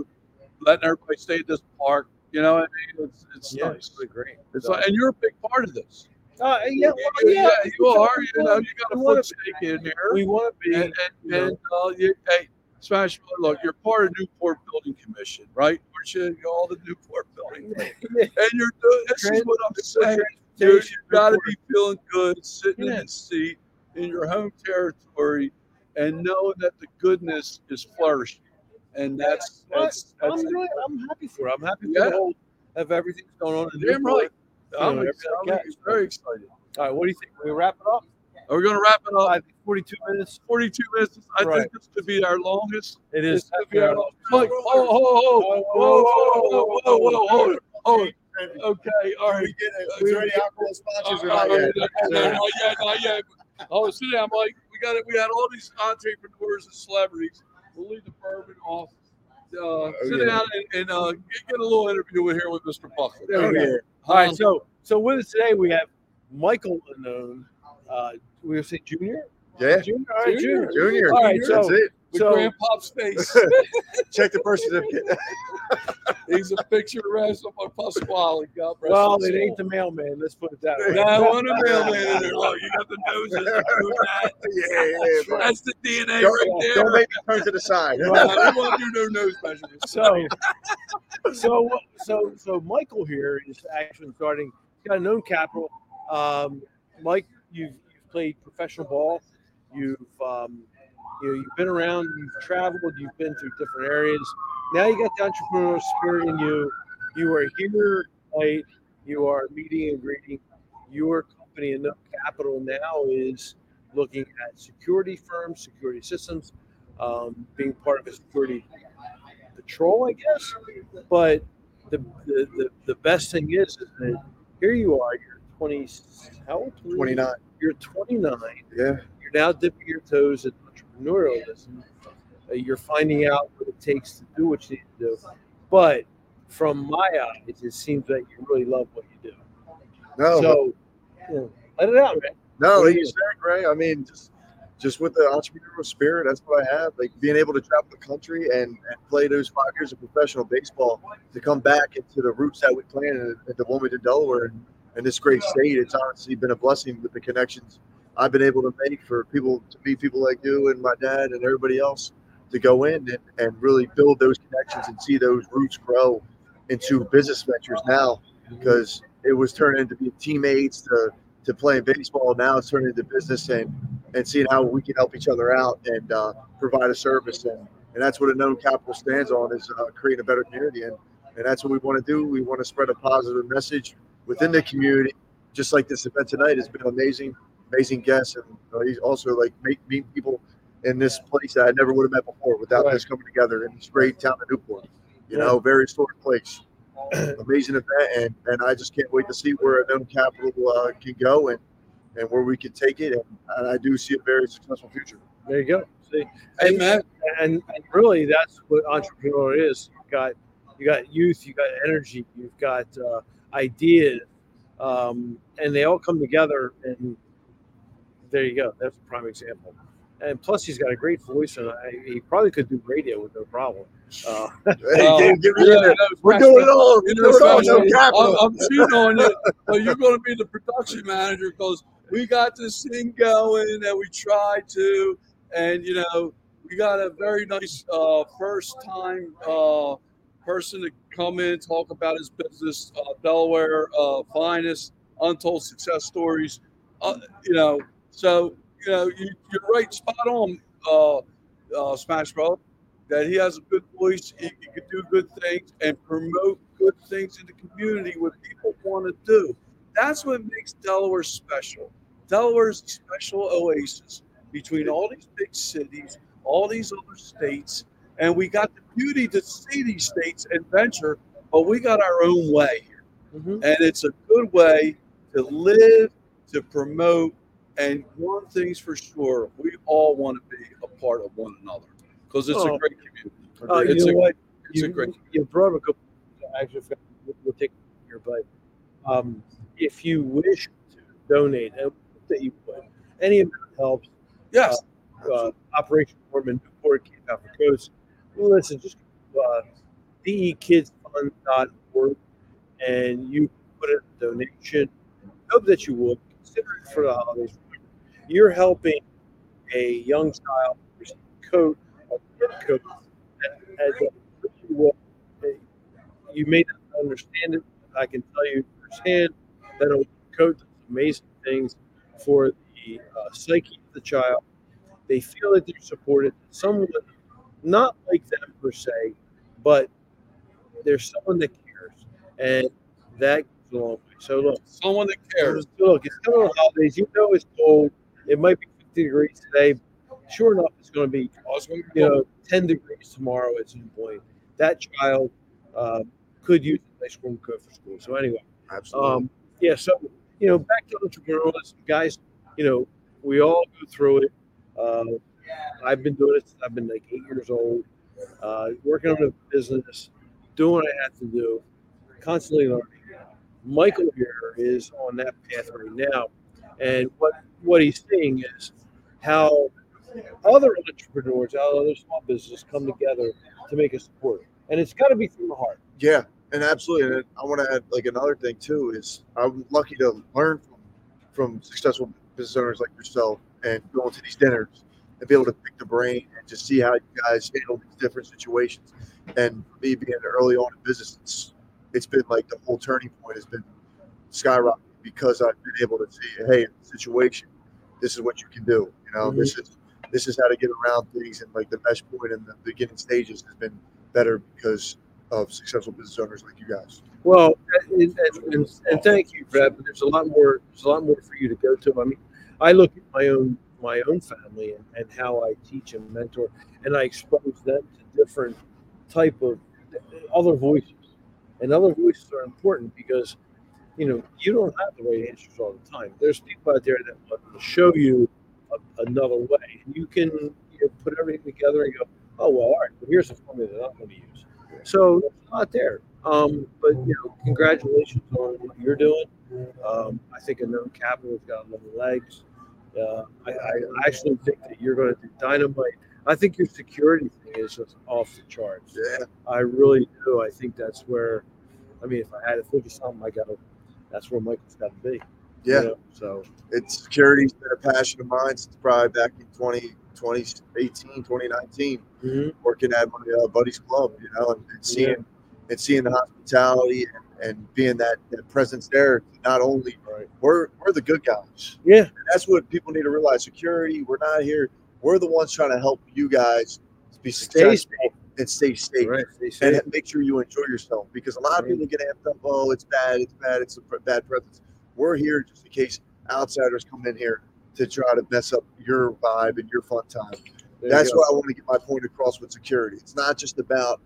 letting everybody stay at this park. You know, what I mean, it's it's Yeah, nice. it's really great. It's So- like, and you're a big part of this. Uh, yeah, well, yeah, you are. You know, you got a We wanna foot stake in here. We want to be. And, and, and uh, you, hey, Smash, look, you're part of Newport Building Commission, right? Aren't you? You're all the Newport Building. Yeah. And you're doing, this is what I'm saying. Dude, There's- you gotta be feeling good sitting in Yeah. the seat in your home territory and knowing that the goodness is flourishing. And that's that's I'm, that's really- I'm happy for. it. I'm happy for Yeah. the whole of everything's going on. in Damn Newport. right. I'm, Yeah. excited. I'm very excited. All right, what do you think? We wrap it up. Are we gonna wrap it up? I think 42 minutes. 42 minutes. I Right. think this could be our longest. It This is. could be our longest. Look, oh, oh, oh, oh, oh, oh, oh, oh, oh, oh. Okay, all right. We get it. Is there any alcohol sponsors or not Uh, yet? uh, no, not yet, not yet. Oh, sit down, Mike. We got it. We had all these entrepreneurs and celebrities. We'll leave the bourbon off. Uh, sit yeah. down and, and uh, get, get a little interview with here with Mr. Buffett. There Oh, we go. All Um, right, so so with us today we have Michael Unknown. Uh, we say junior. Yeah, Junior. All right, junior. Junior. All right, That's so- it. With So Grandpa's face. Check the birth certificate. He's a picture rest of my Pasquale. God bless well, his it ain't soul. the mailman. Let's put it that way. Now, I want a mailman in there. Look, you got the noses. you got yeah, yeah. that. That's the DNA Don't, right there. don't make me turn to the side. No, we won't do no nose measurements. So, so, so, so Michael here is actually starting. He's got a known capital. Um, Mike, you've, you've played professional ball. You've um, you know, you've been around. You've traveled. You've been through different areas. Now you got the entrepreneurial spirit in you. You are here late. You are meeting and greeting. Your company and capital now is looking at security firms, security systems, um, being part of a security patrol, I guess. But the the, the, the best thing is, is that here you are, you're 20, how old? 29. You're 29. Yeah. You're now dipping your toes in entrepreneurialism. Uh, you're finding out what it takes to do what you need to do. But from my eyes, it seems that you really love what you do. No, so you know, let it out, man. No, What do like you you said, Gray. I mean, just just with the entrepreneurial spirit, that's what I have. Like being able to travel the country and, and play those five years of professional baseball to come back into the roots that we planted at the Wilmington, Delaware, and, and this great state. It's honestly been a blessing with the connections I've been able to make for people to meet people like you and my dad and everybody else to go in and, and really build those connections and see those roots grow into business ventures now because it was turned into being teammates to to playing baseball. Now it's turned into business and and seeing how we can help each other out and uh, provide a service. And, and that's what a known capital stands on is uh, creating a better community. And, and that's what we want to do. We want to spread a positive message within the community, just like this event tonight has been amazing, amazing guests. And uh, he's also like make, meet people in this place that I never would have met before without this coming together in this great town of Newport. You know, very historic place. amazing event, and, and I just can't wait to see where Unknown Capital uh, can go and, and where we can take it. And, and I do see a very successful future. There you go. See, Hey, man, and, and really that's what entrepreneur is. You got you got youth, you got energy, you've got uh, ideas, um, and they all come together. And there you go. That's a prime example. And plus, he's got a great voice, and I, he probably could do radio with no problem. Uh, Hey, Oh, get- get me in yeah, there. that was We're doing it all. We're You doing know, it all. so No I'm, capital. I'm cheating on you. So you're going to be the production manager because we got this thing going and we tried to, and you know, we got a very nice uh, first time uh, person to come in talk about his business, uh, Delaware uh, finest, untold success stories. Uh, you know, so you know, you, you're right, spot on, uh, uh, Smash Brother that he has a good voice, he, he could do good things and promote good things in the community what people want to do. That's what makes Delaware special. Delaware is a special oasis between all these big cities, all these other states, and we got the beauty to see these states and venture, but we got our own way here Mm-hmm. and it's a good way to live, to promote, and one thing's for sure, we all want to be a part of one another because it's Oh. a great community. Oh, you it's know a, what? it's you, a great. you brought up a couple. Actually, we'll- we'll take it here, but um, if you wish to donate, and that you would, any amount helps. Yes, Uh, Operation Warm in Newport, Cape Coast. Listen, just go to, uh, org, and you put in a donation. Hope that you would consider it for the holidays. You're helping a young child receive a coat, a gift coat as a well, you may not understand it. but I can tell you firsthand that a coach does amazing things for the uh, psyche of the child. They feel that they're supported. Someone not like them per se, but there's someone that cares, and that goes a long way. So look, someone that cares. Look, it's coming on holidays. You know it's cold. It might be 50 degrees today. Sure enough, it's going to be I was gonna- you know, 10 degrees tomorrow at some point. That child uh, could use a nice warm coat for school. So, anyway, Absolutely. um, yeah, so, you know, back to entrepreneurialism, guys, you know, we all go through it. Uh, I've been doing it since I've been like eight years old, uh, working on a business, doing what I have to do, constantly learning. Michael here is on that path right now. And what, what he's seeing is how other entrepreneurs, how other small businesses come together to make a support. And it's got to be from the heart. Yeah, and absolutely. And I want to add like another thing too is I'm lucky to learn from from successful business owners like yourself and go into these dinners and be able to pick the brain and just see how you guys handle these different situations. And for me being early on in business, it's, it's been like the whole turning point has been skyrocketing because I've been able to see, hey, in this situation, this is what you can do. You know, this is this is how to get around things and like the mesh point in the beginning stages has been better because of successful business owners like you guys. Well, and, and, and, and thank you for that. But there's a lot more. There's a lot more for you to go to. I mean, I look at my own my own family and, and how I teach and mentor, and I expose them to different type of other voices. And other voices are important because you know you don't have the right answers all the time. There's people out there that will show you a, another way, and you can you know, put everything together and go, oh well, all right. Well, here's the formula that I'm going to use. So it's not there. Um, but you know, congratulations on what you're doing. Um, I think unknown capital's got long legs. Uh, I, I actually think that you're going to do dynamite. I think your security thing is just off the charts. Yeah, I really do. I think that's where, I mean, if I had to focus on, I got to. That's where Michael's got to be. you yeah. know? So It's security's been a passion of mine since probably back in 20, 2018, 2019, working at my uh, buddy's club, you know, and, and seeing and seeing the hospitality and, and being that, that presence there. Not only Right. we're we're the good guys. yeah, And that's what people need to realize. Security, we're not here. We're the ones trying to help you guys be stay successful safe. and stay safe. Right, stay and safe. make sure you enjoy yourself because a lot of people get amped up. Oh, it's bad, it's bad, it's a pr- bad presence. We're here just in case outsiders come in here to try to mess up your vibe and your fun time. There you That's go. what I want to get my point across with security. It's not just about,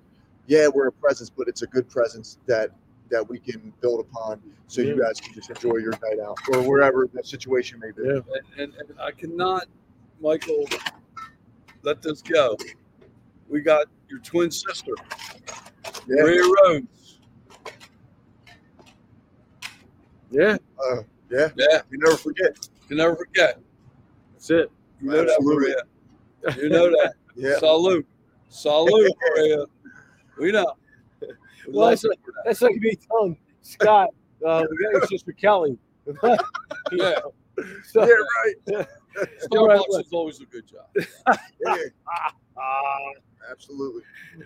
yeah, we're a presence, but it's a good presence that that we can build upon so you guys can just enjoy your night out or wherever the situation may be. Yeah. And, and, and I cannot, Michael, let this go. We got your twin sister, Yeah. Ray Rhodes. Yeah, Uh, yeah. Yeah, You never forget. you never forget. that's it. You know Absolutely. that, Maria. You know that. Yeah. Salute. Salute, Maria. We know. We Well, love that's, that's like me telling Scott, uh, we got your sister Kelly. you. yeah. So, right. Starbucks is always a good job. Yeah, uh, absolutely.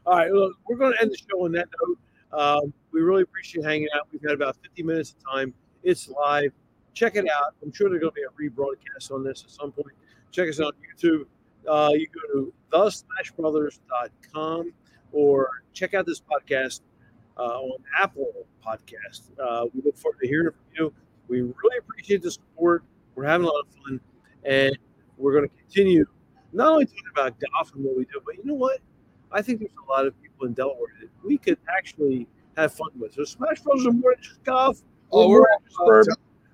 All right, look, we're going to end the show on that note. Um, we really appreciate hanging out. We've had about 50 minutes of time. It's live. Check it out. I'm sure there's going to be a rebroadcast on this at some point. Check us out on YouTube. Uh, you go to theslashbrothers.com or check out this podcast uh, on Apple Podcast. Uh, we look forward to hearing from you. We really appreciate the support. We're having a lot of fun, and we're going to continue not only talking about golf and what we do, but you know what? I think there's a lot of people in Delaware that we could actually have fun with. So Smash Bros are more than just golf. Oh, we're we're, we're,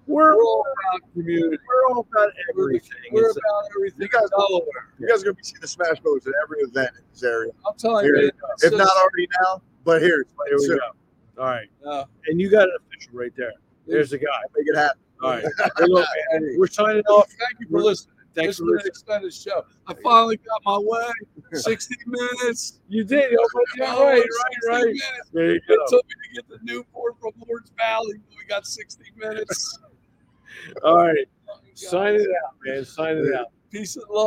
we're all about community. we're all about everything. We're It's- about everything. You guys- Delaware. You guys are gonna be seeing the Smash Bros at every event in this area. I'm telling Here you. If not already now, but here, here we so go. All right, No. and you got an official right there. There's the guy. make it happen. All right, Hey, look, we're signing off. Thank you for listening. Thanks It's for been an listening. extended show. I finally got my way. 60 minutes. You did. it. Oh, yeah, Oh, right, 60 right, right. minutes. There you It go. took me to get to Newport from Lord's Valley. but We got 60 minutes. All right, sign it out, man. Sign it out. Peace and love.